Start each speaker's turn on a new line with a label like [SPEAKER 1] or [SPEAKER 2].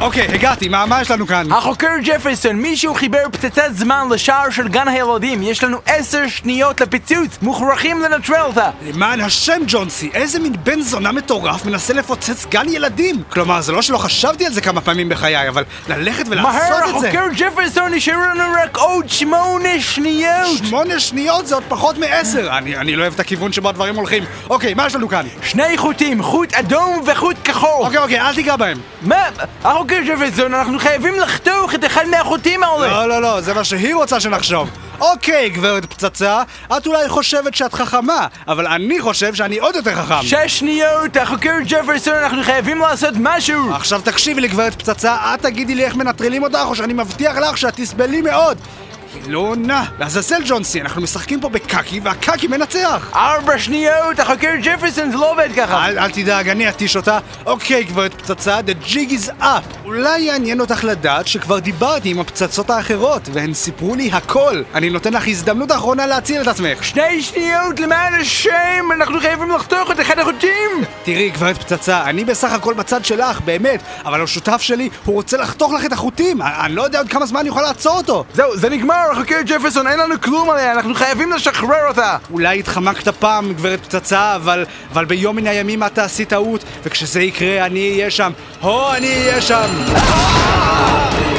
[SPEAKER 1] אוקיי, הגעתי, מה, מה יש לנו כאן?
[SPEAKER 2] החוקר ג'פרסון, מישהו חיבר פצצת זמן לשער של גן הילדים, יש לנו עשר שניות לפיצוץ, מוכרחים לנטרל אותה!
[SPEAKER 1] למען השם, ג'ונסי, איזה מין בן זונה מטורף מנסה לפוצץ גן ילדים? כלומר, זה לא שלא חשבתי על זה כמה פעמים בחיי, אבל ללכת ולעשות
[SPEAKER 2] מהר,
[SPEAKER 1] את זה...
[SPEAKER 2] החוקר ג'פרסון, נשארו לנו רק עוד שמונה שניות!
[SPEAKER 1] שמונה שניות זה עוד פחות מעשר. אני, אני לא אוהב את הכיוון שבו הדברים הולכים. אוקיי, מה יש לנו כאן?
[SPEAKER 2] שני חוטים, חוט אדום וחוט כחול!
[SPEAKER 1] אוקיי, אוקיי, אל תיגע בהם.
[SPEAKER 2] מה? החוקר ג'פרסון, אנחנו חייבים לחתוך את אחד מהחוטים האלה!
[SPEAKER 1] לא, לא, לא, זה מה שהיא רוצה שנחשוב. אוקיי, גברת פצצה, את אולי חושבת שאת חכמה, אבל אני חושב שאני עוד יותר חכם.
[SPEAKER 2] שש שניות, החוקר ג'פרסון, אנחנו חייבים לעשות משהו!
[SPEAKER 1] עכשיו תקשיבי לי, גברת פצצה, את תגידי לי איך מנטרלים אותך, או שאני מבטיח לך שאת תסבלי מאוד. היא לא עונה. לעזאזל, ג'ונסי, אנחנו משחקים פה בקקי, והקקי מנצח.
[SPEAKER 2] ארבע שניות, החוקר ג'פרסון, זה לא עובד ככה!
[SPEAKER 1] אל, אל תדאג, אני אתיש אותה. אוקיי, גברת פצצה, the jig is up. אולי יעניין אותך לדעת שכבר דיברתי עם הפצצות האחרות, והן סיפרו לי הכל. אני נותן לך הזדמנות אחרונה להציל את עצמך.
[SPEAKER 2] שני שניות, למען השם, אנחנו חייבים לחתוך את אחד החוטים!
[SPEAKER 1] תראי, גברת פצצה, אני בסך הכל בצד שלך, באמת, אבל השותף שלי, הוא רוצה לחתוך לך את החוטים. אני, אני לא יודע עוד כמה זמן אני יכול לעצור אותו.
[SPEAKER 2] זהו, זה נגמר, החוקר ג'פרסון, אין לנו כלום עליה, אנחנו חייבים לשחרר אותה!
[SPEAKER 1] אולי התחמקת פעם, גברת פצצה, אבל, אבל ביום מן הימים את תעשי טעות, וכשזה יקרה, אני אהיה שם. הו, אני אהיה שם!